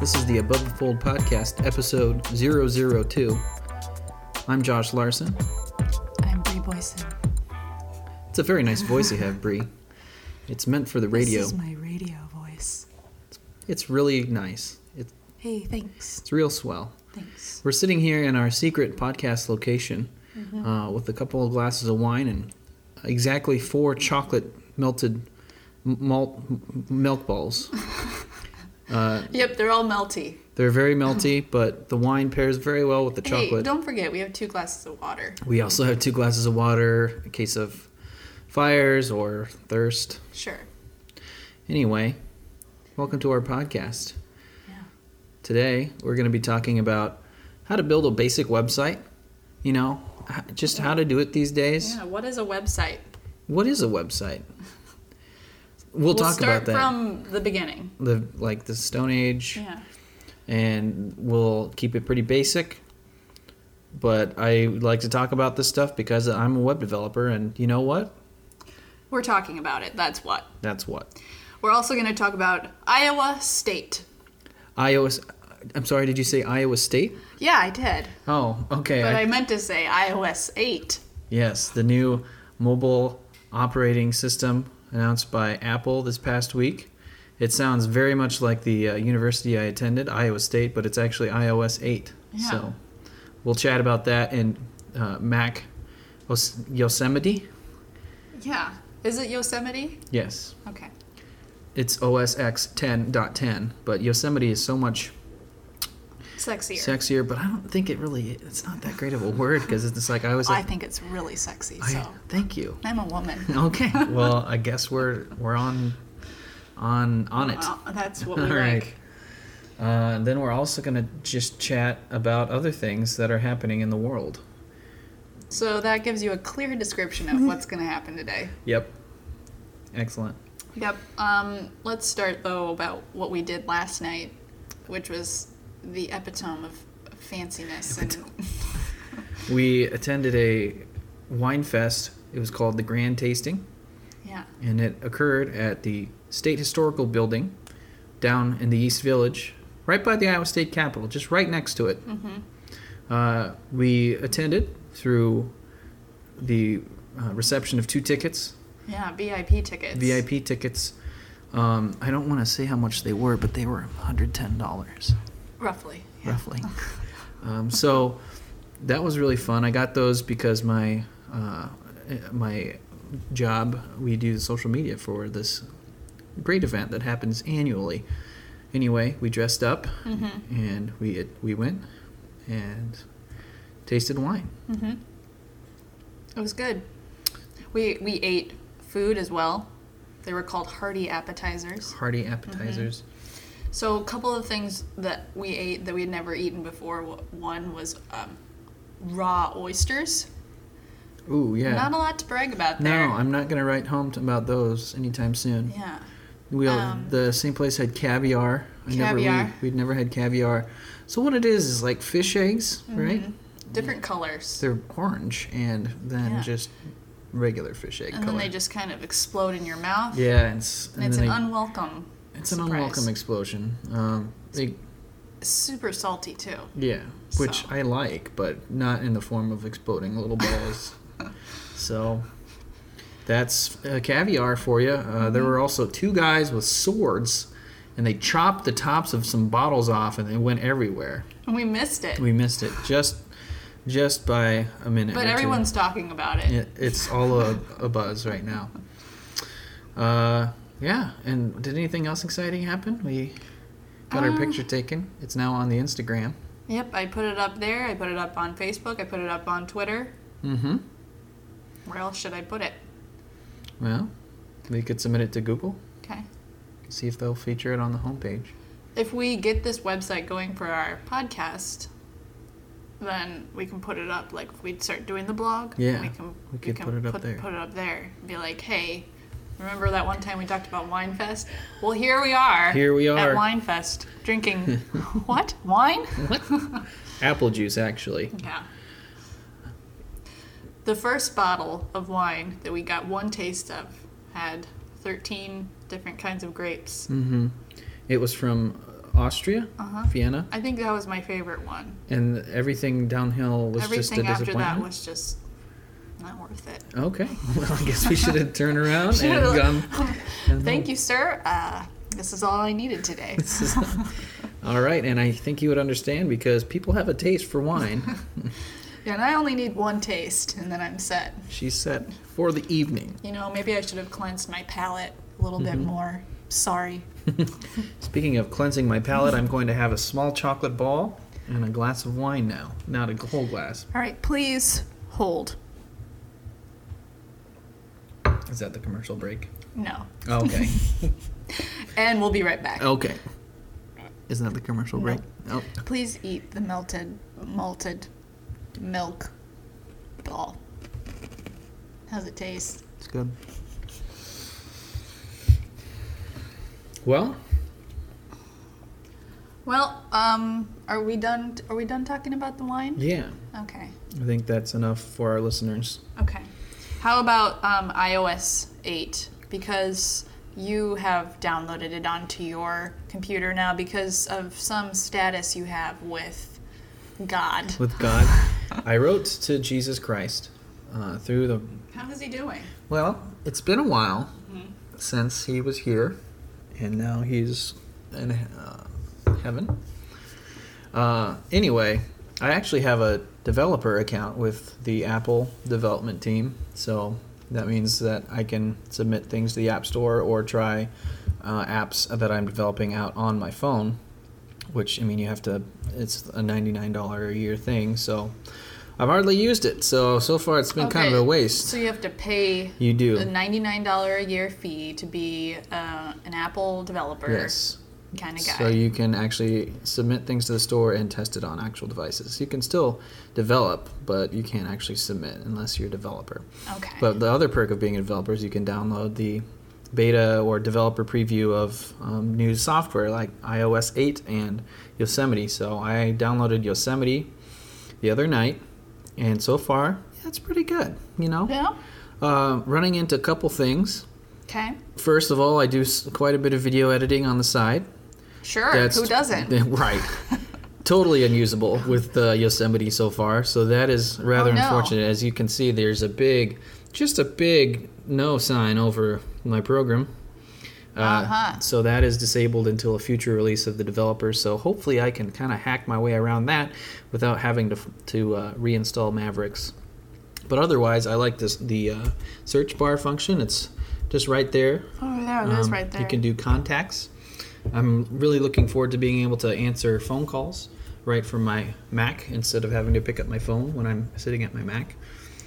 This is the Above the Fold podcast, episode 002. I'm Josh Larson. I'm Bree Boyson. It's a very nice voice you have, Bree. It's meant for the radio. This is my radio voice. It's really nice. It's, Hey, thanks. it's real swell. Thanks. We're sitting here in our secret podcast location Mm-hmm. uh, with a couple of glasses of wine and exactly four chocolate melted m- malt m- milk balls. Uh, Yep, they're all melty. they're very melty, but the wine pairs very well with the Hey, chocolate. don't forget, we have two glasses of water. We also have two glasses of water in case of fires or thirst. Sure. Anyway, welcome to our podcast. Yeah. Today, we're going to be talking about how to build a basic website, you know, h- just how to do it these days. Yeah, what is a website? What is a website? We'll, talk start about that. from the beginning. the like the Stone Age Yeah. and we'll keep it pretty basic. But I like to talk about this stuff because I'm a web developer and you know what? We're talking about it. That's what. That's what. We're also going to talk about Iowa State. Iowa. I'm sorry. Did you say Iowa State? Yeah, I did. Oh, okay. But I- I meant to say iOS 8. yes, the new mobile operating system announced by Apple this past week. It sounds very much like the uh, university I attended, Iowa State, but it's actually iOS 8. Yeah. So we'll chat about that in uh, Mac Os- Yosemite. Yeah. Is it Yosemite? Yes, Okay. it's OS X 10.10, but Yosemite is so much Sexier. sexier, but I don't think it really, it's not that great of a word because it's like I was I like, think it's really sexy, I, so. thank you. I'm a woman. Okay. Well, I guess we're we're on on on it. Well, that's Uh, what All we right. like. Uh, and then we're also gonna just chat about other things that are happening in the world. So that gives you a clear description of what's going to happen today. Yep. Excellent. Yep. Um, let's start though about what we did last night, which was the epitome of fanciness and We attended a wine fest. It was called the Grand Tasting, yeah, and it occurred at the State Historical Building, down in the East Village, right by the Iowa State Capitol, just right next to it. Mm-hmm. Uh, we attended through the uh, reception of two tickets yeah VIP tickets. VIP tickets. Um, I don't want to say how much they were, but they were $110 roughly. Yeah. roughly. um, so that was really fun. I got those because my uh, my job we do the social media for this great event that happens annually. Anyway, we dressed up Mm-hmm. and we we went and tasted wine. Mm-hmm. It was good. We we ate food as well. They were called hearty appetizers. Hearty appetizers. So a couple of things that we ate that we had never eaten before. wa- One was um, raw oysters. Mm-hmm. Ooh yeah. Not a lot to brag about no, there. I'm not gonna write home to, about those anytime soon. yeah. We all, Um, the same place had caviar. I never- we- Caviar. we'd never had caviar. So what it is is like fish eggs, Mm-hmm. right? Different colors. They're orange and then Yeah. just regular fish egg and color. then they just kind of explode in your mouth. yeah, and it's, and And, it's then an they- unwelcome, it's an surprise. unwelcome explosion. Um, they, super salty too. yeah, which So. I like, but not in the form of exploding little balls. so that's uh, caviar for you. Uh, There Mm-hmm. were also two guys with swords, and they chopped the tops of some bottles off, and they went everywhere. And we missed it. We missed it just just by a minute. or but two. everyone's talking about it. It- it's all a, a buzz right now. Uh, yeah. And did anything else exciting happen? We got our Um, picture taken. It's now on the Instagram. Yep, I put it up there. I put it up on Facebook. I put it up on Twitter. Mm-hmm. Where else should I put it? Well, we could submit it to Google. Okay. See if they'll feature it on the homepage. If we get this website going for our podcast, then we can put it up. Like if we'd start doing the blog, Yeah, we can we could put it up there. Put it up there. Be like, hey, remember that one time we talked about Winefest? Well, here we are. Here we at are. Winefest drinking what wine? Apple juice, actually. Yeah. The first bottle of wine that we got one taste of Hmm. had 13 different kinds of grapes. It Mm-hmm. was from Austria, Uh-huh. Vienna, I think that was my favorite one. and everything downhill was just a Everything after disappointment. that was just not worth it. Okay. Well, I guess we should have turned around and Should've- gone. Thank you, sir. Uh, this is all I needed today. This is- All right, and I think you would understand because people have a taste for wine. and I only need one taste, and then I'm set. She said for the evening. You know, maybe I should have cleansed my palate a little Mm-hmm. bit more. Sorry. Speaking of cleansing my palate, I'm going to have a small chocolate ball and a glass of wine now. Not a whole glass. All right, please hold. Is that the commercial break? No. Oh, Okay. And we'll be right back. okay. Isn't that the commercial break? Oh. Please eat the melted, malted milk ball. How's it taste? It's good. Well, Well, um, are we done? Are we done talking about the wine? yeah. Okay. I think that's enough for our listeners. Okay. How about um, iOS 8? Because you have downloaded it onto your computer now because of some status you have with God. With God, I wrote to Jesus Christ uh, through the. How is he doing? Well, it's been a while since he was here, and now he's in uh, heaven. Uh, anyway, I actually have a developer account with the Apple development team, so that means that I can submit things to the App Store or try uh, apps that I'm developing out on my phone. Which I mean, you have to. It's a ninety-nine dollar a year thing, so I've hardly used it. So so far, it's been kind of a Okay, waste. Oh, So you have to pay You do. a $99 a year fee to be uh, an Apple developer Yes. kind of guy. So you can actually submit things to the store and test it on actual devices. You can still develop, but you can't actually submit unless you're a developer. okay. But the other perk of being a developer is you can download the beta or developer preview of um, new software like iOS 8 and Yosemite. So I downloaded Yosemite the other night, and so far, yeah, it's pretty good. You know, yeah. uh, running into a couple things. Okay. First of all, I do s- quite a bit of video editing on the side. Sure. Who doesn't? Right. totally unusable with uh, Yosemite so far. So that is rather Oh, no. unfortunate. As you can see, there's a big, just a big no sign over my program. Uh, Uh-huh. So that is disabled until a future release of the developer. So hopefully, I can kind of hack my way around that without having to f- to uh, reinstall Mavericks. But otherwise, I like this the uh, search bar function. It's just right there Oh, there it is um, right there. You can do contacts. I'm really looking forward to being able to answer phone calls right from my Mac instead of having to pick up my phone when I'm sitting at my Mac.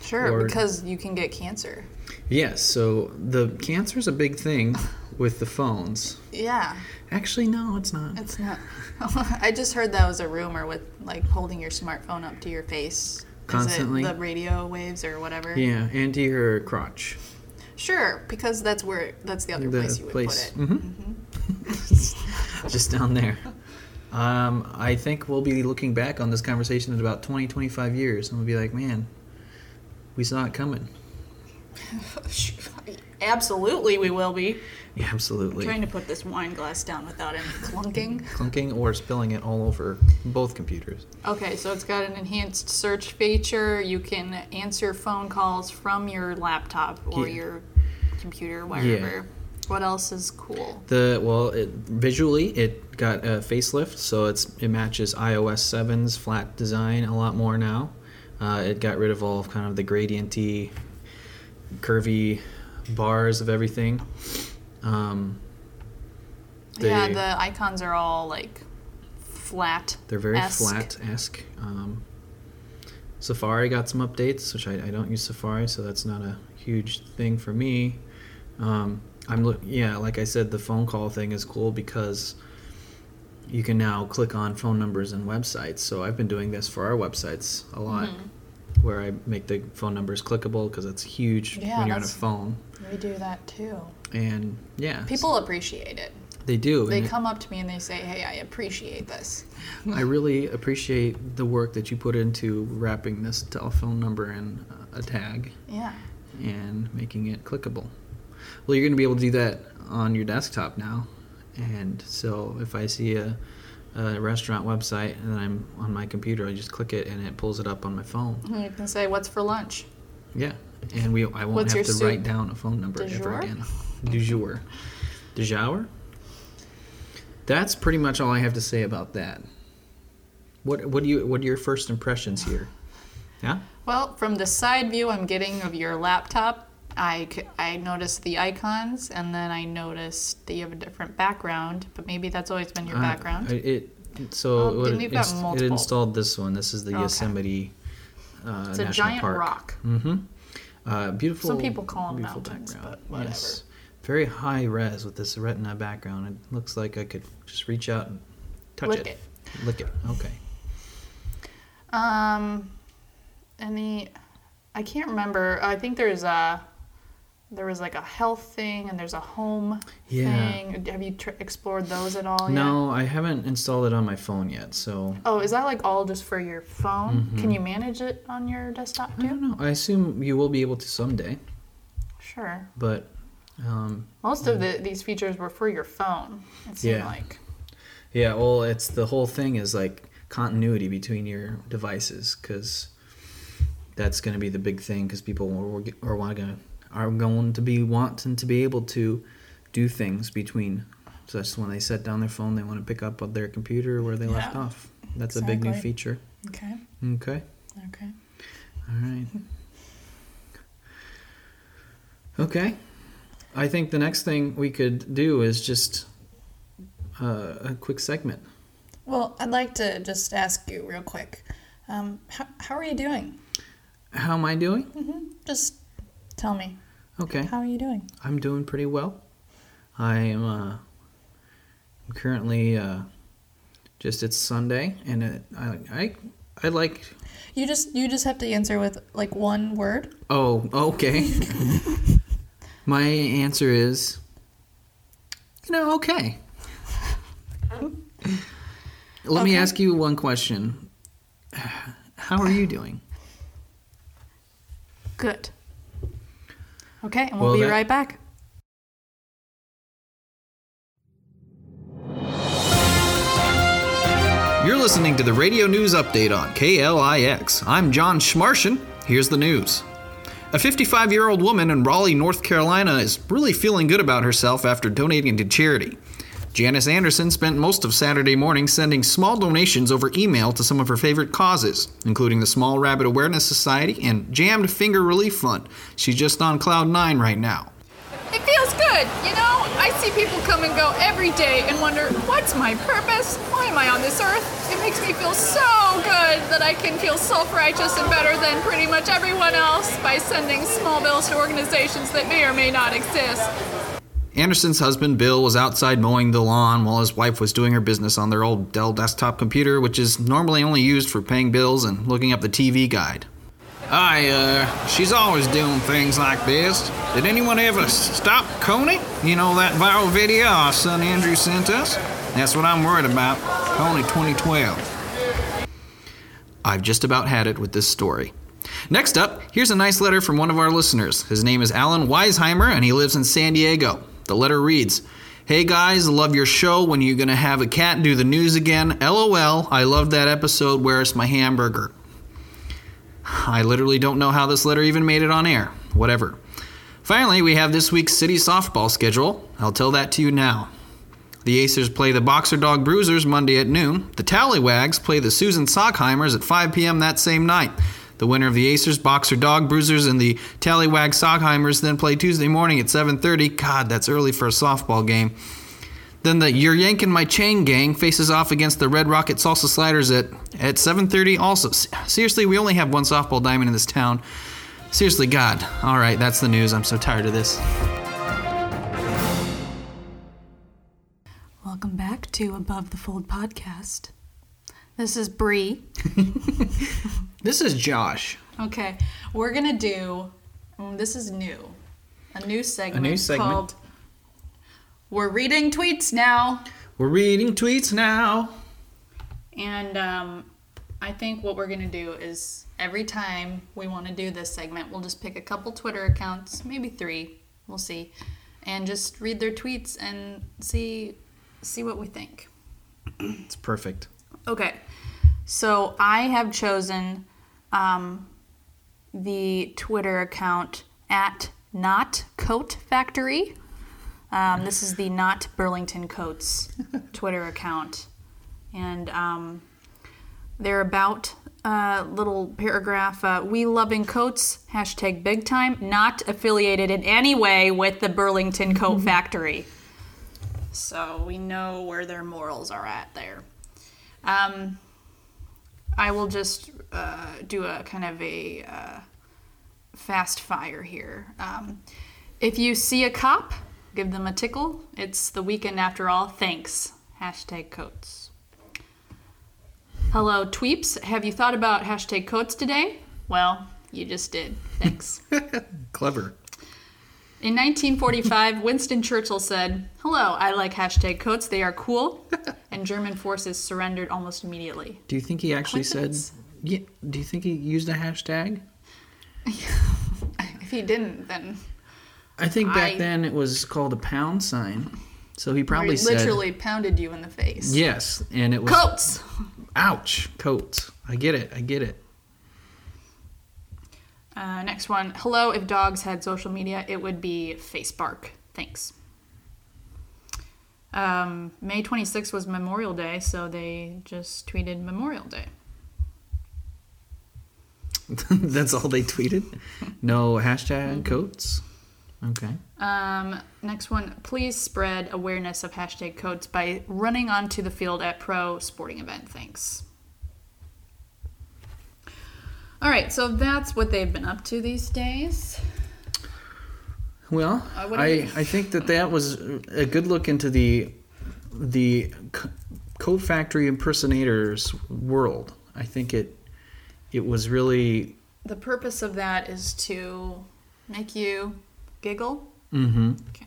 sure, or- because you can get cancer. Yes, so the cancer's a big thing with the phones. Yeah. Actually, no, it's not. It's not. I just heard that was a rumor with like holding your smartphone up to your face. Constantly. Is it the radio waves or whatever? Yeah, and to your crotch. Sure, because that's where that's the other The place you would place. Mm-hmm. put it. Mm-hmm. Just down there. Um, I think we'll be looking back on this conversation in about 20, 25 years, and we'll be like, man, we saw it coming. Absolutely, we will be Yeah, absolutely. trying to put this wine glass down without any clunking. clunking or spilling it all over both computers. Okay, so it's got an enhanced search feature. You can answer phone calls from your laptop or Yeah. your computer, wherever. What else is cool? The well, it, visually it got a facelift, so it's it matches iOS 7's flat design a lot more now. Uh, it got rid of all of kind of the gradienty, curvy bars of everything. Um, yeah, they- the icons are all like flat. They're very esque. flat esque. Um, Safari got some updates, which I, I don't use Safari, so that's not a huge thing for me. Um, I'm look, yeah, like I said, the phone call thing is cool because you can now click on phone numbers and websites. So I've been doing this for our websites a lot, where I make the phone numbers clickable because it's huge Mm-hmm. Yeah, when you're on a that's- phone. We do that too. And yeah, People appreciate it. they do. They and it- come up to me and they say, "Hey, I appreciate this." I really appreciate the work that you put into wrapping this telephone number in uh, a tag Yeah. and making it clickable. Well, you're going to be able to do that on your desktop now. And so if I see a a restaurant website and then I'm on my computer. I just click it and it pulls it up on my phone. You can say, "What's for lunch?" Yeah, and we I won't What's have your to soup? write down a phone number Du ever jour? again. Du jour, du jour. That's pretty much all I have to say about that. What what do you what are your first impressions here? Yeah. Well, from the side view I'm getting of your laptop, I, c- I noticed the icons and then I noticed that you have a different background, but maybe that's always been your Uh, background. I- it so Oh, what then it, we've got inst- it multiple. installed this one. This is the Okay. Yosemite uh, it's National a giant Park. rock. hmm Uh, beautiful. Some people call 'em beautiful mountains, background. but whatever. Yes. Very high res with this retina background. It looks like I could just reach out and touch Lick it. Lick it. Okay. Um, any, I can't remember. I think there's a, there was like a health thing and there's a home Yeah. thing. Have you tr- explored those at all? Yet? No, I haven't installed it on my phone yet, so Oh, is that like all just for your phone? Mm-hmm. Can you manage it on your desktop I too? don't know. I assume you will be able to someday, Sure. but um, Most of the, these features were for your phone. It seemed Yeah. like. Yeah, well, it's the whole thing is like continuity between your devices because that's going to be the big thing because people are, are, want to, are going to be wanting to be able to do things between. So that's when they set down their phone, they want to pick up on their computer where they left Yeah, off. That's a big new exactly. feature. Okay. Okay, Okay. all right. Okay, I think the next thing we could do is just uh, a quick segment. Well, I'd like to just ask you real quick. Um, how, how are you doing? How am I doing? Just tell me. Okay. How are you doing? I'm doing pretty well. I am uh, I'm currently uh, just it's Sunday, and it, I I I like. You just you just have to answer with like one word. Oh, okay. My answer is, you know, okay. Let me Okay. ask you one question. How are you doing? Good. Okay, and we'll we'll, Well, be be that- right right back. You're listening to the radio news update on KLIX. I'm John Schmarshin. Here's the news. A 55 year old woman in Raleigh, North Carolina is really feeling good about herself after donating to charity. Janice Anderson spent most of Saturday morning sending small donations over email to some of her favorite causes, including the Small Rabbit Awareness Society and Jammed Finger Relief Fund. She's just on Cloud 9 right now. It feels good, you know. I see people come and go every day and wonder what's my purpose? Why am I on this earth? It makes me feel so good that I can feel self-righteous and better than pretty much everyone else by sending small bills to organizations that may or may not exist. Anderson's husband Bill was outside mowing the lawn while his wife was doing her business on their old Dell desktop computer, which is normally only used for paying bills and looking up the TV guide. I, uh, she's always doing things like this. Did anyone ever s- stop Coney? You know that viral video our son Andrew sent us? That's what I'm worried about. Coney 2012. I've just about had it with this story. Next up, here's a nice letter from one of our listeners. His name is Alan Weisheimer, and he lives in San Diego. The letter reads Hey guys, love your show. When are you going to have a cat do the news again? LOL, I loved that episode. Where's my hamburger? I literally don't know how this letter even made it on air. Whatever. Finally, we have this week's city softball schedule. I'll tell that to you now. The Acers play the Boxer Dog Bruisers Monday at noon. The Tallywags play the Susan Sockheimers at 5 p.m. that same night. The winner of the Acers, Boxer Dog Bruisers, and the Tallywag Sockheimers then play Tuesday morning at 7:30. God, that's early for a softball game. Then the You're Yankin' My Chain gang faces off against the Red Rocket Salsa Sliders at at 7:30. Also, S- seriously, we only have one softball diamond in this town. Seriously, God. All right, that's the news. I'm so tired of this. Welcome back to Above the Fold podcast. This is Bree. This is Josh. Okay, we're gonna do. mm, This is new, a new segment, segment. called "We're Reading Tweets Now," We're reading tweets now. and um, I think what we're gonna do is every time we want to do this segment, we'll just pick a couple Twitter accounts, maybe three, we'll see, and just read their tweets and see see what we think. It's perfect. Okay. So I have chosen um, the Twitter account at Not Coat Factory. Um, this is the Not Burlington Coats Twitter account. And um, they're about uh, little paragraph uh, We Loving Coats, hashtag big time, not affiliated in any way with the Burlington Coat Factory. So we know where their morals are at there. Um, I will just uh, do a kind of a uh, fast fire here. Um, if you see a cop, give them a tickle. It's the weekend after all. Thanks. Hashtag coats. Hello, tweeps. Have you thought about hashtag coats today? Well, you just did. Thanks. Clever. In 1945, Winston Churchill said, Hello, I like hashtag coats. They are cool. And German forces surrendered almost immediately. Do you think he actually said? Coincidence. Yeah. Do you think he used a hashtag? If he didn't, then I think back I- then it was called a pound sign. So he probably he said literally pounded you in the face. yes, and it was Coats! ouch coats. I get it. I get it. Uh, next one. Hello, if dogs had social media, it would be Facebark. Thanks. Um, May 26th was Memorial Day, so they just tweeted Memorial Day. That's all they tweeted. No hashtag coats. Okay. Um, next one. Please spread awareness of hashtag codes by running onto the field at pro sporting event. Thanks. All right, so that's what they've been up to these days. Well, Uh, what do I, you- I think that that was a good look into the the c- coat factory impersonators world. I think it it was really The purpose of that is to make you giggle. hmm Okay.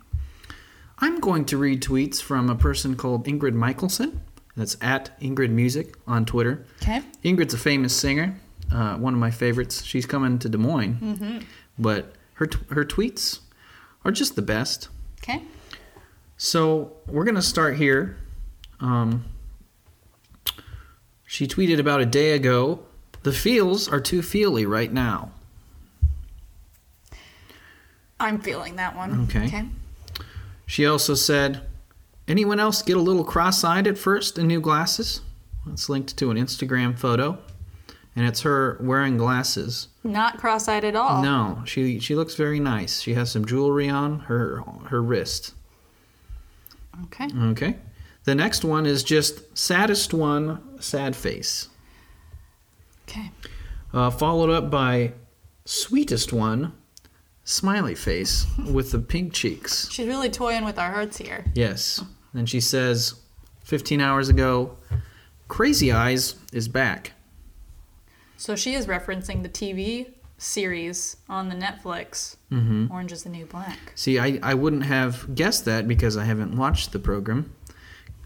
I'm going to read tweets from a person called Ingrid Michelson. That's at Ingrid Music on Twitter. Okay. Ingrid's a famous singer, uh, one of my favorites. She's coming to Des Moines, but her t- her tweets are just the best. Okay. So we're gonna start here. Um, she tweeted about a day ago. The feels are too feely right now. I'm feeling that one. Okay. She also said, "Anyone else get a little cross-eyed at first in new glasses?" It's linked to an Instagram photo, and it's her wearing glasses. Not cross-eyed at all. No, she she looks very nice. She has some jewelry on her her wrist. Okay. Okay. The next one is just saddest one, sad face. Okay. Uh, followed up by sweetest one, smiley face with the pink cheeks. She's really toying with our hearts here. Yes. And she says, 15 hours ago, Crazy Eyes is back. So she is referencing the TV series on the Netflix, Orange is the New Black. See, I, I wouldn't have guessed that because I haven't watched the program.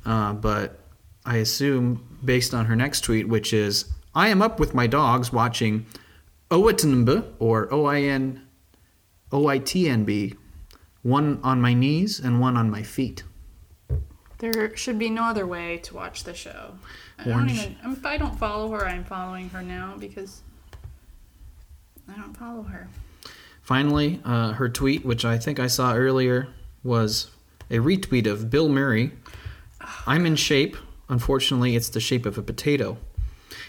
Uh, but I assume, based on her next tweet, which is, I am up with my dogs watching Oitnb or O-I-N, O-I-T-N-B, one on my knees and one on my feet. There should be no other way to watch the show. I don't Orange- even, um, if I don't follow her, I'm following her now because I don't follow her. Finally, uh, her tweet, which I think I saw earlier, was a retweet of Bill Murray. I'm in shape. Unfortunately, it's the shape of a potato.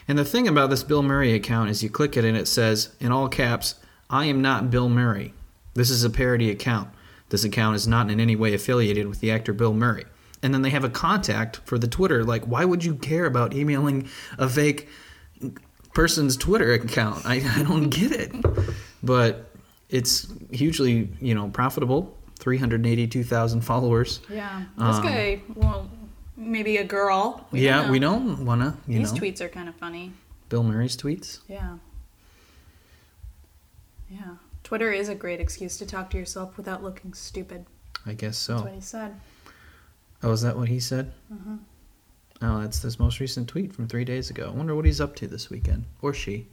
And the thing about this Bill Murray account is you click it and it says, in all caps, I am not Bill Murray. This is a parody account. This account is not in any way affiliated with the actor Bill Murray. And then they have a contact for the Twitter. Like, why would you care about emailing a fake person's Twitter account. I, I don't get it. But it's hugely, you know, profitable. 382,000 followers. Yeah. This Um, guy, well, maybe a girl. don't yeah, know. we don't want to, you These know, tweets are kind of funny. Bill Murray's tweets. Yeah. Yeah. Twitter is a great excuse to talk to yourself without looking stupid. I guess That's Mm-hmm. what so. he said. Oh, is that what he said? Oh, that's this most recent tweet from three days ago. I wonder what he's up to this weekend. Or she.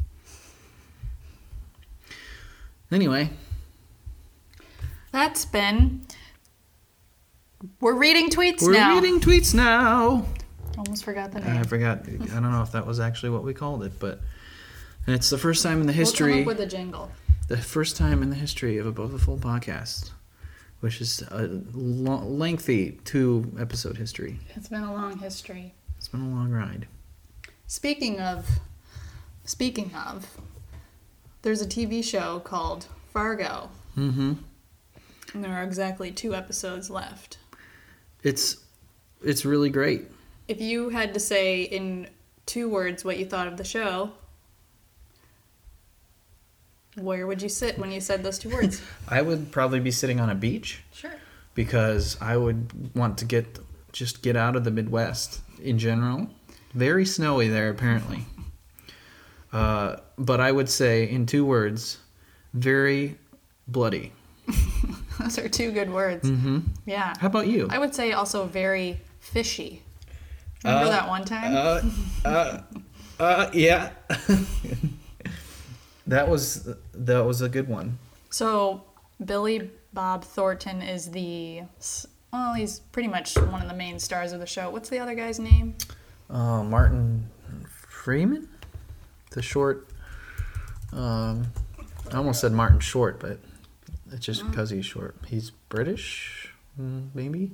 Anyway, That's been. We're reading tweets we're now. reading tweets now. Almost forgot the name. I forgot. I don't know if that was actually what we called it, but and it's the first time in the We'll history, come up with a jingle. the first time in the history of above the fold podcast, which is a lo- lengthy two episode history. It's been a long history. It's been a long ride. Speaking of, speaking of, there's a TV show called Fargo, Mm-hmm. and there are exactly two episodes left. It's it's really great. If you had to say in two words what you thought of the show, where would you sit when you said those two words? I would probably be sitting on a beach sure. because I would want to get just get out of the Midwest in general. Very snowy there apparently. Uh, but I would say in two words, very bloody. Those are two good words. Mm-hmm. Yeah. How about you? I would say also very fishy. Remember Uh, that one time? Uh, uh, uh, yeah. that was that was a good one. So Billy Bob Thornton is the well, he's pretty much one of the main stars of the show. What's the other guy's name? Uh, Martin Freeman, the short. Um, I almost said Martin Short, but it's just because he's short. He's British, mm, maybe.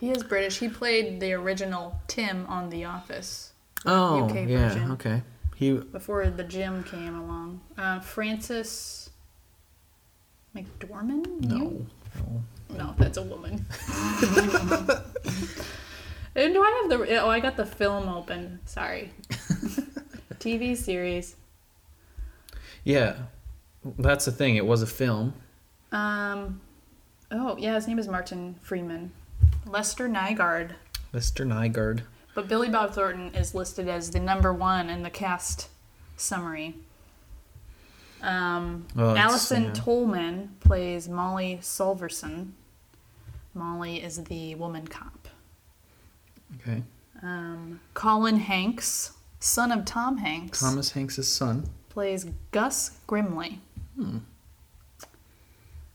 He is British. He played the original Tim on The Office Oh, UK yeah, version. okay. He before the Jim came along. Uh, Francis McDormand? no, no. No, that's a woman. and do I have the? Oh, I got the film open. Sorry. TV series. Yeah, that's the thing. It was a film. Um, oh yeah, his name is Martin Freeman, Lester Nygaard. Mr. Nygaard. But Billy Bob Thornton is listed as the number one in the cast summary. Um, Oh, it's- Allison yeah. Tolman plays Molly Solverson. Molly is the woman cop. Okay. Um, Colin Hanks, son of Tom Hanks, Thomas Hanks' son. plays Gus Grimley. Hmm.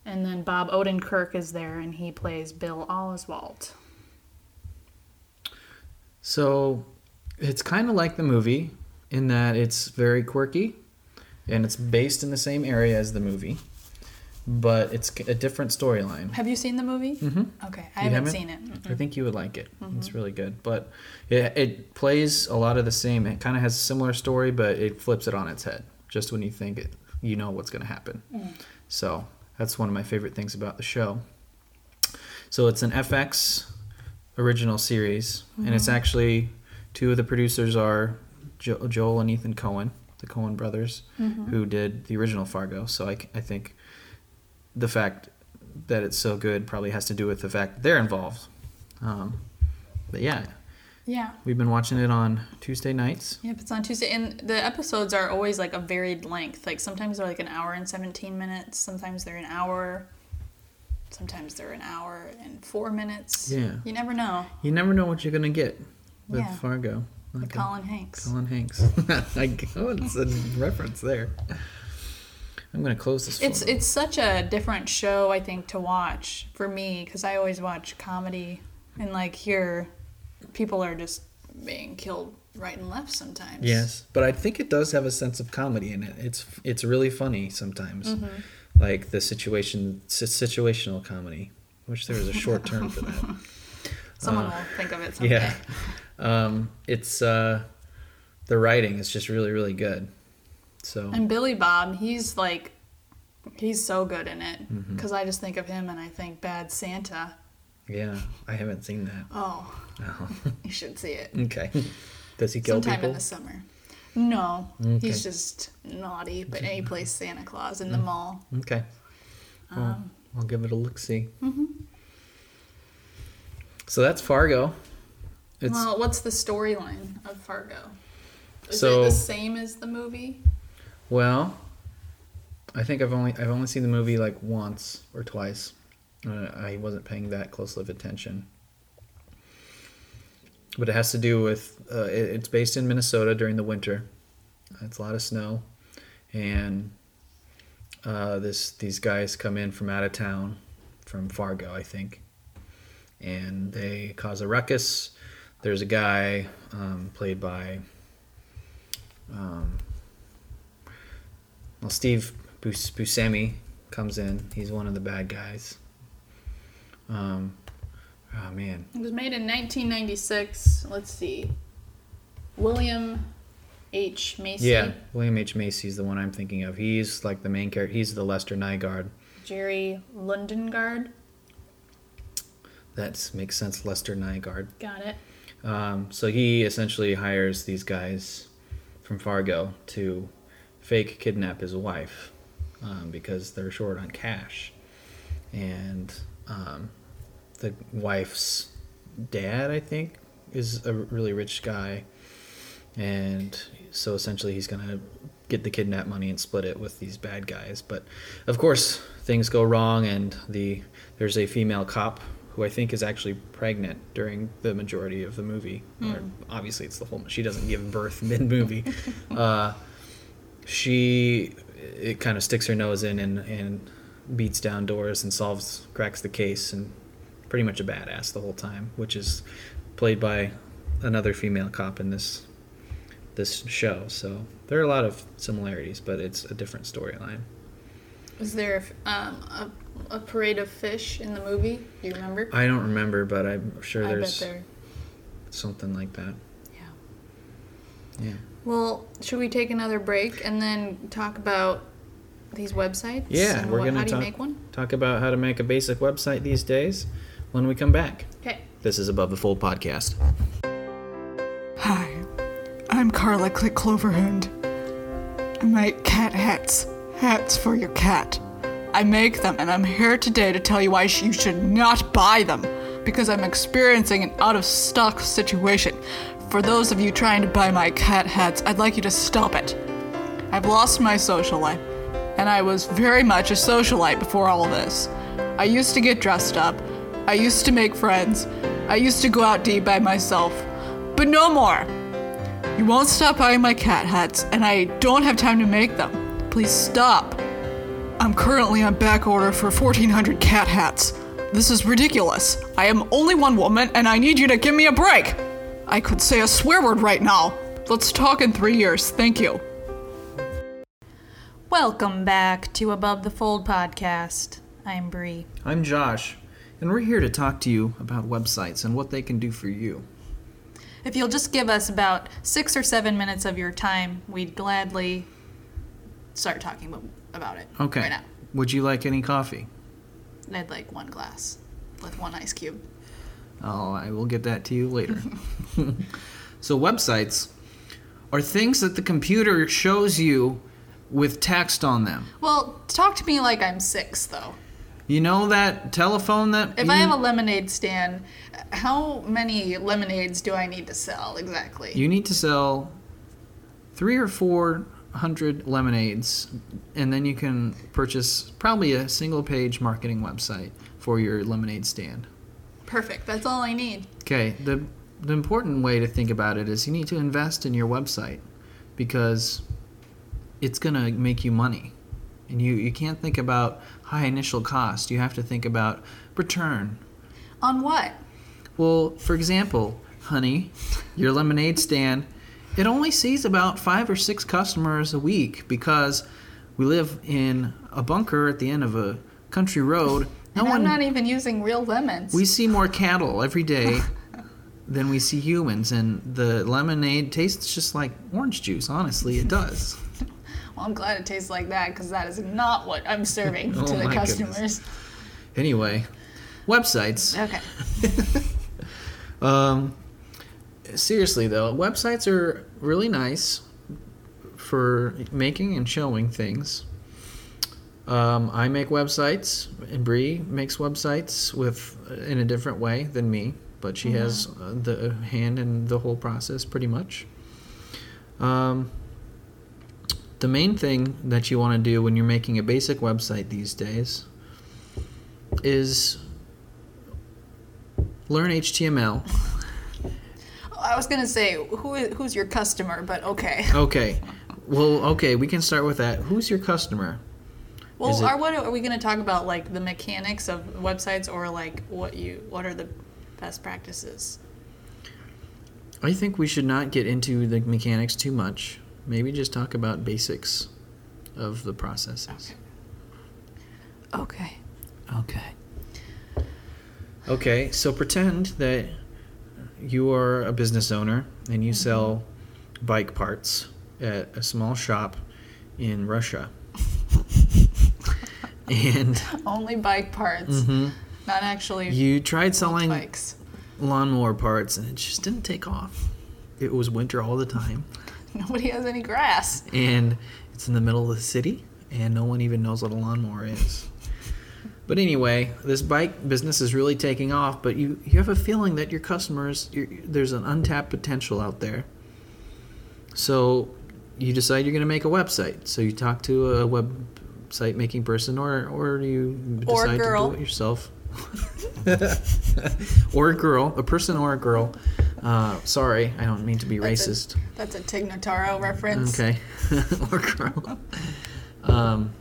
And then Bob Odenkirk is there, and he plays Bill Oswald. So it's kind of like the movie in that it's very quirky and it's based in the same area as the movie, but it's c- a different storyline. Have you seen the movie? Mm-hmm. Okay, I You haven't haven't? Mm. seen it. Mm-mm. I think you would like it. It's really good, but it, it plays a lot of the same. It kind of has a similar story, but it flips it on its head just when you think it, you know what's going to happen. So that's one of my favorite things about the show. So it's an FX original series, and it's actually two of the producers are jo- Joel and Ethan Cohen, the Cohen brothers, Mm-hmm. who did the original Fargo. So I, c- I think the fact that it's so good probably has to do with the fact that they're involved. Um, but yeah, Yeah. we've been watching it on Tuesday nights. Yep, it's on Tuesday. And the episodes are always like a varied length. Like sometimes they're like an hour and 17 minutes, sometimes they're an hour, sometimes they're an hour and four minutes. Yeah. You never know. You never know what you're gonna get with Yeah. Fargo. Like Like a- Colin Hanks. Colin Hanks. I, oh, it's a reference there. I'm gonna close this. It's folder. it's such a different show I think to watch for me because I always watch comedy and like here people are just being killed right and left sometimes. Yes, but I think it does have a sense of comedy in it. It's it's really funny sometimes, Mm-hmm. like the situation si- situational comedy. Wish there was a short term for that. Someone will think of it someday. Uh, Yeah, um, it's uh, the writing is just really really good. So And Billy Bob, he's like, he's so good in it. Mm-hmm. Because I just think of him and I think Bad Santa. yeah, I haven't seen that. Oh, Oh, you should see it. okay, does he kill Sometime people? in the summer. No, Okay. he's just naughty, but he plays Santa Claus in the mall. Um, Okay, Well, I'll give it a look. See. mm-hmm. So that's Fargo. It's well, what's the storyline of Fargo? Is it So- the same as the movie? Well, I think I've only I've only seen the movie like once or twice. Uh, I wasn't paying that close of attention. But it has to do with uh, it, it's based in Minnesota during the winter. It's a lot of snow, and uh, this these guys come in from out of town, from Fargo, I think, and they cause a ruckus. there's a guy um, played by um, well, Steve Bus- Buscemi comes in. He's one of the bad guys. Um, oh man, It was made in 1996. Let's see. William H. Macy. yeah, William H Macy's the one I'm thinking of. He's like the main character. He's the Lester Nygaard. Jerry Lundengard. That makes sense. Lester Nygaard. Got it. Um, so he essentially hires these guys from Fargo to fake kidnap his wife um, because they're short on cash. And um, the wife's dad, I think, is a really rich guy. And so essentially he's going to get the kidnap money and split it with these bad guys. But of course, things go wrong, and the there's a female cop who I think is actually pregnant during the majority of the movie. Or obviously, it's the whole. She doesn't give birth mid movie. uh, she it kind of sticks her nose in and and beats down doors and solves cracks the case and pretty much a badass the whole time, which is played by another female cop in this this show. So there are a lot of similarities, but it's a different storyline. Was there um, a, a parade of fish in the movie? Do you remember? I don't remember, but I'm sure I bet there's there. something like that. Yeah. Yeah. Well, should we take another break and then talk about these websites? Yeah, and we're what- gonna How do you talk- make one? Talk about how to make a basic website these days when we come back. Okay. This is Above the Fold podcast. Hi, I'm Carla Click Cloverhand. I make cat hats. Hats for your cat. I make them, and I'm here today to tell you why sh- you should not buy them. Because I'm experiencing an out of stock situation. For those of you trying to buy my cat hats, I'd like you to stop it. I've lost my social life, and I was very much a socialite before all of this. I used to get dressed up, I used to make friends, I used to go out to eat by myself, but no more. You won't stop buying my cat hats, and I don't have time to make them. Please stop. I'm currently on back order for 1,400 cat hats. This is ridiculous. I am only one woman, and I need you to give me a break. I could say a swear word right now. Let's talk in three years. Thank you. Welcome back to Above the Fold podcast. I'm Bree. I'm Josh, and we're here to talk to you about websites and what they can do for you. If you'll just give us about six or seven minutes of your time, we'd gladly start talking ab- about it. Okay. Right now. Would you like any coffee? And I'd like one glass with one ice cube. Oh, I will get that to you later. so, websites are things that the computer shows you with text on them. Well, talk to me like I'm six, though. You know that telephone that. If you, I have a lemonade stand, how many lemonades do I need to sell exactly? you need to sell three or four hundred lemonades, and then you can purchase probably a single page marketing website for your lemonade stand. Perfect. That's all I need. Okay, the the important way to think about it is you need to invest in your website because it's going to make you money. And you, you can't think about high initial cost. You have to think about return. On what? Well, for example, honey, your lemonade stand, it only sees about five or six customers a week because we live in a bunker at the end of a country road. No and one I'm not even using real lemons. we see more cattle every day than we see humans, and the lemonade tastes just like orange juice. Honestly, it does. well, I'm glad it tastes like that because that is not what I'm serving Oh to the my goodness. customers. Anyway, websites. Okay. Um, seriously though, websites are really nice for making and showing things. Um, I make websites, and Bree makes websites with uh, in a different way than me, but she has uh, the hand in the whole process pretty much. Um, the main thing that you want to do when you're making a basic website these days is learn HTML. I was gonna say who is, who's your customer, but okay. Okay. Well, okay, we can start with that. Who's your customer? Is Well, it- are what are we gonna talk about? Like the mechanics of websites, or like what you what are the best practices? I think we should not get into the mechanics too much. Maybe just talk about basics of the processes. Okay. Okay. Okay, so pretend that you are a business owner and you sell bike parts at a small shop in Russia. and Only bike parts. Not actually Mm-hmm. you tried selling bikes. lawnmower parts and it just didn't take off. It was winter all the time Nobody has any grass. and it's in the middle of the city and no one even knows what a lawnmower is. But anyway, this bike business is really taking off, but you, you have a feeling that your customers, you there's an untapped potential out there. So you decide you're going to make a website. So you talk to a website making person, or, or you Or decide girl. to do it yourself. or a girl, a person or a girl. Uh, sorry, I don't mean to be That's a- racist. That's a Tig Notaro reference. Okay. or girl. Um,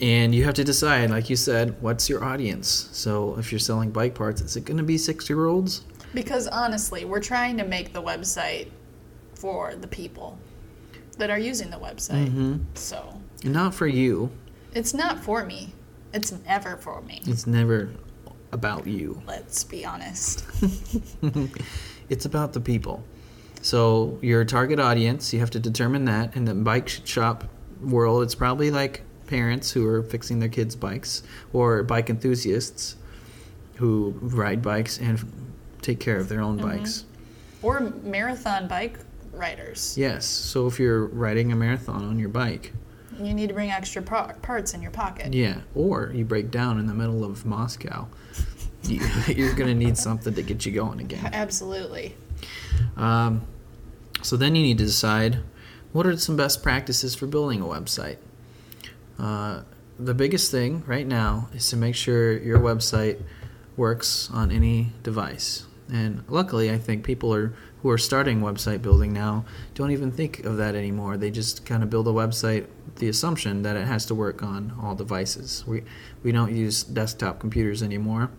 and you have to decide, like you said, what's your audience? So if you're selling bike parts, is it going to be six year olds? Because honestly, we're trying to make the website for the people that are using the website. Mm-hmm. So Not for you. it's not for me. It's never for me. It's never about you, Let's be honest. it's about the people. So your target audience, you have to determine that. In the bike sh- shop world, it's probably like parents who are fixing their kids' bikes or bike enthusiasts who ride bikes and f- take care of their own bikes. Or marathon bike riders. Yes. So if you're riding a marathon on your bike, You need to bring extra par- parts in your pocket. yeah, or you break down in the middle of Moscow, you, you're going to need something to get you going again. Absolutely. Um, so then you need to decide what are some best practices for building a website. Uh, the biggest thing right now is to make sure your website works on any device. And luckily, I think people are who are starting website building now don't even think of that anymore. They just kind of build a website with the assumption that it has to work on all devices. We we don't use desktop computers anymore.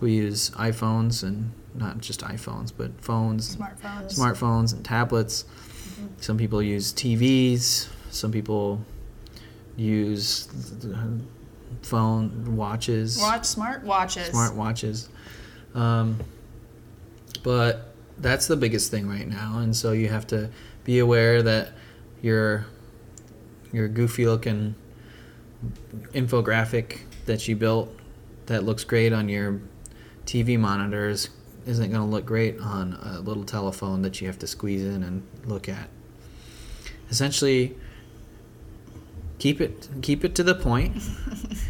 We use iPhones and not just iPhones, but phones, Smartphones. smartphones and tablets. Some people use TVs. Some people use th- th- phone watches, Watch smart watches. smart watches. Um, but that's the biggest thing right now, and so you have to be aware that your your goofy looking infographic that you built that looks great on your TV monitors isn't going to look great on a little telephone that you have to squeeze in and look at. Essentially, keep it keep it to the point. Find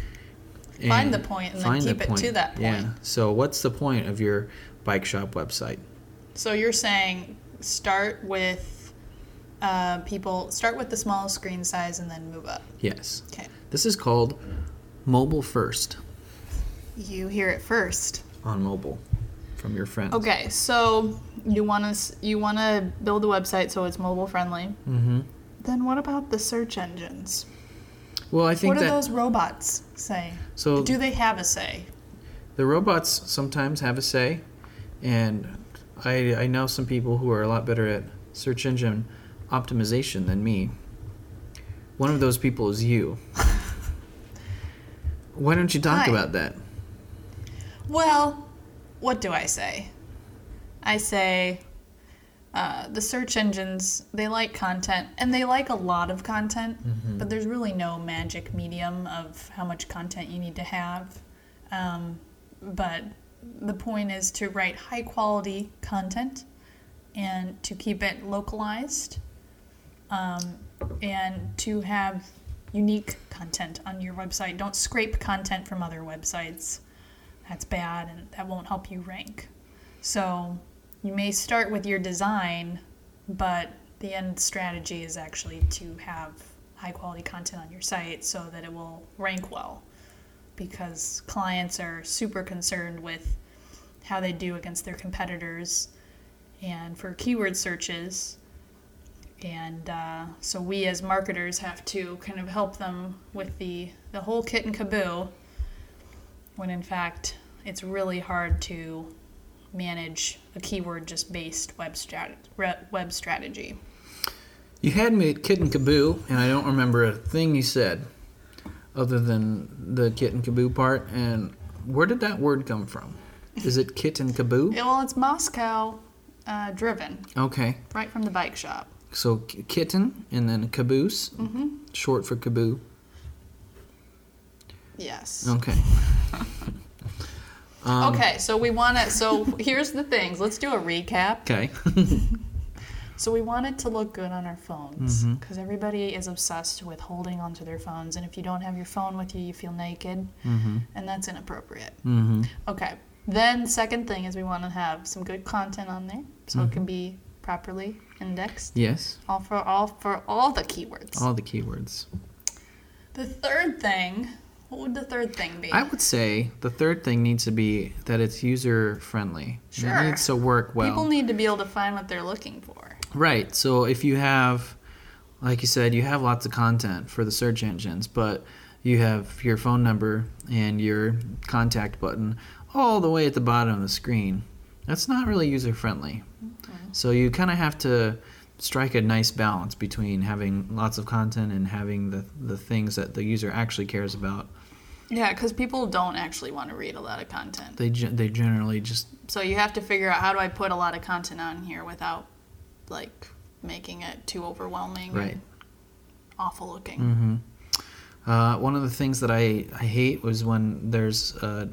and the point and then find the keep it to that Yeah. point. So, what's the point of your bike shop website? So you're saying start with uh, people, start with the small screen size and then move up. Yes. Okay. This is called mobile first You hear it first. on mobile from your friends. Okay, so you want to you want to build a website so it's mobile friendly. hmm Then what about the search engines? Well, I think What that do those robots say? so Do they have a say? the robots sometimes have a say, and I I know some people who are a lot better at search engine optimization than me. One of those people is you. Why don't you talk Hi. about that? Well, what do I say? I say uh, the search engines, they like content and they like a lot of content, but there's really no magic medium of how much content you need to have. Um, but the point is to write high quality content and to keep it localized um, and to have unique content on your website. Don't scrape content from other websites that's bad and that won't help you rank. So you may start with your design, but the end strategy is actually to have high quality content on your site so that it will rank well because clients are super concerned with how they do against their competitors and for keyword searches. And uh, so we as marketers have to kind of help them with the, the whole kit and caboodle when in fact it's really hard to manage a keyword just based web, strat- re- web strategy. You had me at Kit and Caboo, and I don't remember a thing you said other than the Kit and Caboo part. And where did that word come from? Is it Kit and Caboo? Yeah, well, it's Moscow uh, driven Okay. right from the bike shop. So k- kitten and then caboose, short for caboo. Yes. Okay. okay, so we want to. So here's the things. Let's do a recap. Okay. So we want it to look good on our phones Mm-hmm. because everybody is obsessed with holding onto their phones, and if you don't have your phone with you, you feel naked, and that's inappropriate. mm-hmm. Okay. Then second thing is we want to have some good content on there so Mm-hmm. it can be properly indexed. Yes. All for all for all the keywords. All the keywords. The third thing, what would the third thing be? I would say the third thing needs to be that it's user friendly. Sure. It needs to work well. People need to be able to find what they're looking for. Right. So if you have, like you said, you have lots of content for the search engines, but you have your phone number and your contact button all the way at the bottom of the screen. That's not really user friendly. So you kind of have to strike a nice balance between having lots of content and having the, the things that the user actually cares about. Yeah, because people don't actually want to read a lot of content. They, gen- they generally just, So you have to figure out how do I put a lot of content on here without like making it too overwhelming right. Mm-hmm. and awful looking. Uh, one of the things that I, I hate was when there's uh,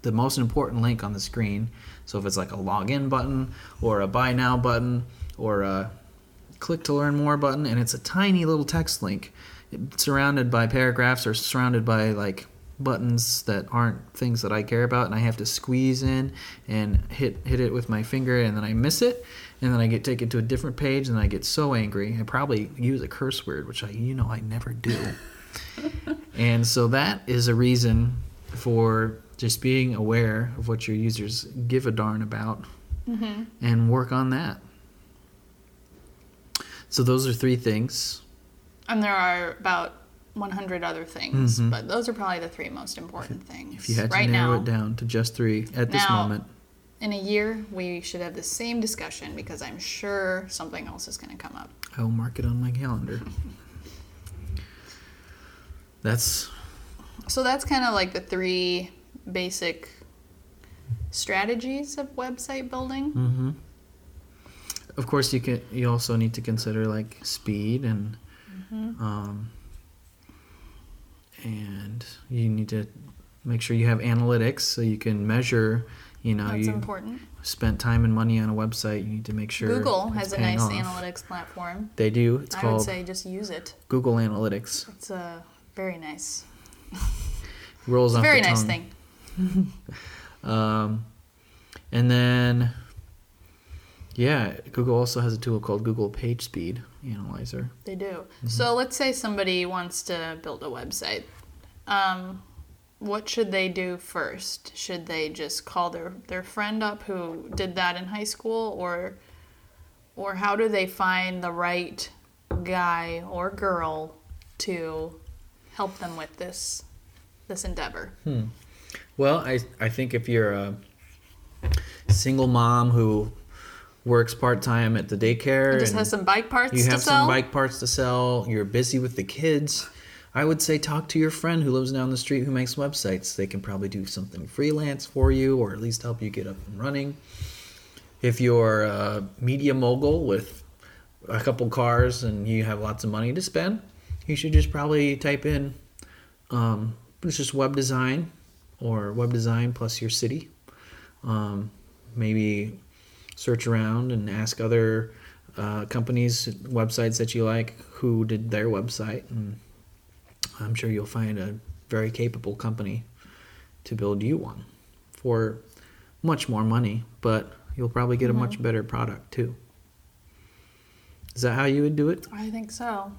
the most important link on the screen. So if it's like a login button or a buy now button or a click to learn more button, and it's a tiny little text link surrounded by paragraphs or surrounded by like buttons that aren't things that I care about, and I have to squeeze in and hit hit it with my finger, and then I miss it, and then I get taken to a different page, and I get so angry. I probably use a curse word, which I you know I never do. And so that is a reason for just being aware of what your users give a darn about Mm-hmm. and work on that. So those are three things. And there are about 100 other things, but those are probably the three most important things. Mm-hmm. If you had to right narrow now, it down to just three at this Now- moment, in a year, we should have the same discussion because I'm sure something else is going to come up. I will mark it on my calendar. That's So that's kind of like the three basic strategies of website building. Mm-hmm. of course you can you also need to consider like speed and Mm-hmm. um, and you need to make sure you have analytics so you can measure you know That's you important. spent time and money on a website you need to make sure Google it's has a paying nice off. analytics platform. they do it's I would called say just use it. Google Analytics It's a very nice, rolls off very the nice tongue. thing. Um, and then, yeah, Google also has a tool called Google PageSpeed Analyzer. They do. Mm-hmm. So let's say somebody wants to build a website. Um, what should they do first? Should they just call their, their friend up who did that in high school, or or how do they find the right guy or girl to help them with this this endeavor? Well, I I think if you're a single mom who works part time at the daycare, Just and has some bike parts you to have sell. some bike parts to sell, you're busy with the kids. I would say talk to your friend who lives down the street who makes websites. They can probably do something freelance for you, or at least help you get up and running. If you're a media mogul with a couple cars and you have lots of money to spend, you should just probably type in um, it's just web design or web design plus your city. Um, maybe search around and ask other uh, companies, websites that you like, who did their website. And I'm sure you'll find a very capable company to build you one for much more money, but you'll probably get a Mm-hmm. much better product too. Is that how you would do it? I think so.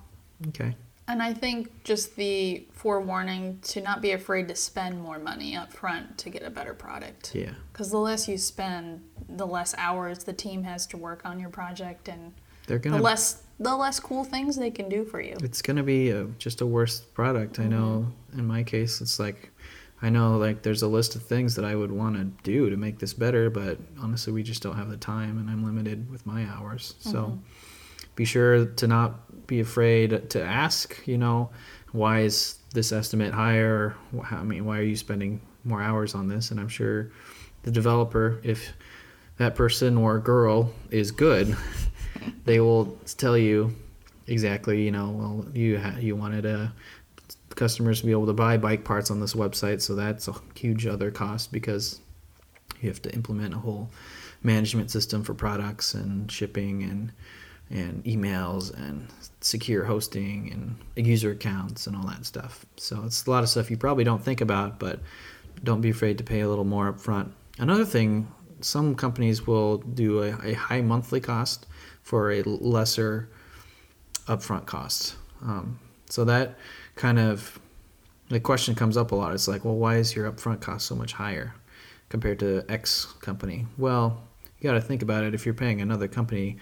Okay. And I think just the forewarning to not be afraid to spend more money up front to get a better product. Yeah. Because the less you spend, the less hours the team has to work on your project, and They're the gonna less the less cool things they can do for you. uh, it's gonna be a, just a worse product. I know in my case, it's like I know like there's a list of things that I would want to do to make this better, but honestly, we just don't have the time, and I'm limited with my hours. So be sure to not be afraid to ask. You know, why is this estimate higher? Wh- how- I mean, why are you spending more hours on this? And I'm sure the developer, if that person or girl is good, they will tell you exactly. You know, well, you ha- you wanted a customers to be able to buy bike parts on this website, so that's a huge other cost because you have to implement a whole management system for products and shipping and and emails and secure hosting and user accounts and all that stuff. So it's a lot of stuff you probably don't think about, but don't be afraid to pay a little more up front. Another thing, some companies will do a, a high monthly cost for a lesser upfront cost. Um, so that kind of the question comes up a lot. It's like, well, why is your upfront cost so much higher compared to X company? Well, you got to think about it. If you're paying another company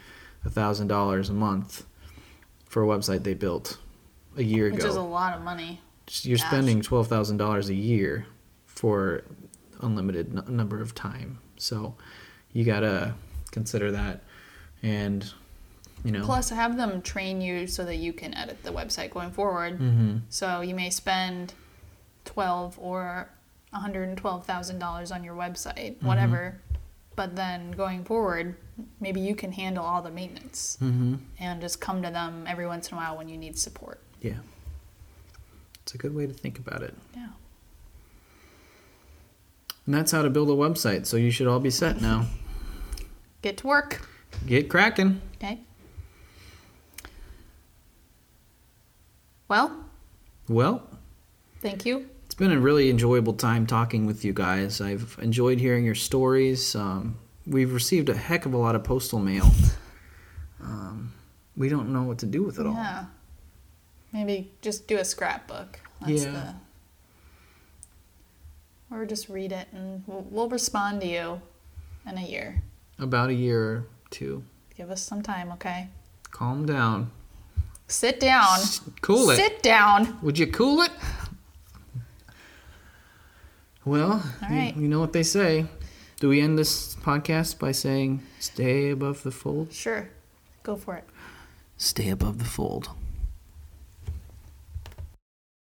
thousand dollars a month for a website they built a year which ago, is a lot of money. you're Gosh. spending twelve thousand dollars a year for unlimited n- number of time. So you gotta consider that, and you know, Plus, have them train you so that you can edit the website going forward. Mhm. So you may spend twelve or one hundred and twelve thousand dollars on your website, whatever. But then going forward, maybe you can handle all the maintenance Mhm. and just come to them every once in a while when you need support. yeah, it's a good way to think about it. Yeah. And that's how to build a website. So you should all be set now. Get to work. Get cracking. Okay. Well, Well, thank you. It's been a really enjoyable time talking with you guys. I've enjoyed hearing your stories. Um, we've received a heck of a lot of postal mail. Um, we don't know what to do with it all. Yeah. Maybe just do a scrapbook. That's Yeah. the or just read it and we'll, we'll respond to you in a year. About a year or two. Give us some time, okay? Calm down. Sit down. Cool it. Sit down. Would you cool it? Well, All you- right. you, know what they say. Do we end this podcast by saying, stay above the fold? Sure. Go for it. Stay above the fold.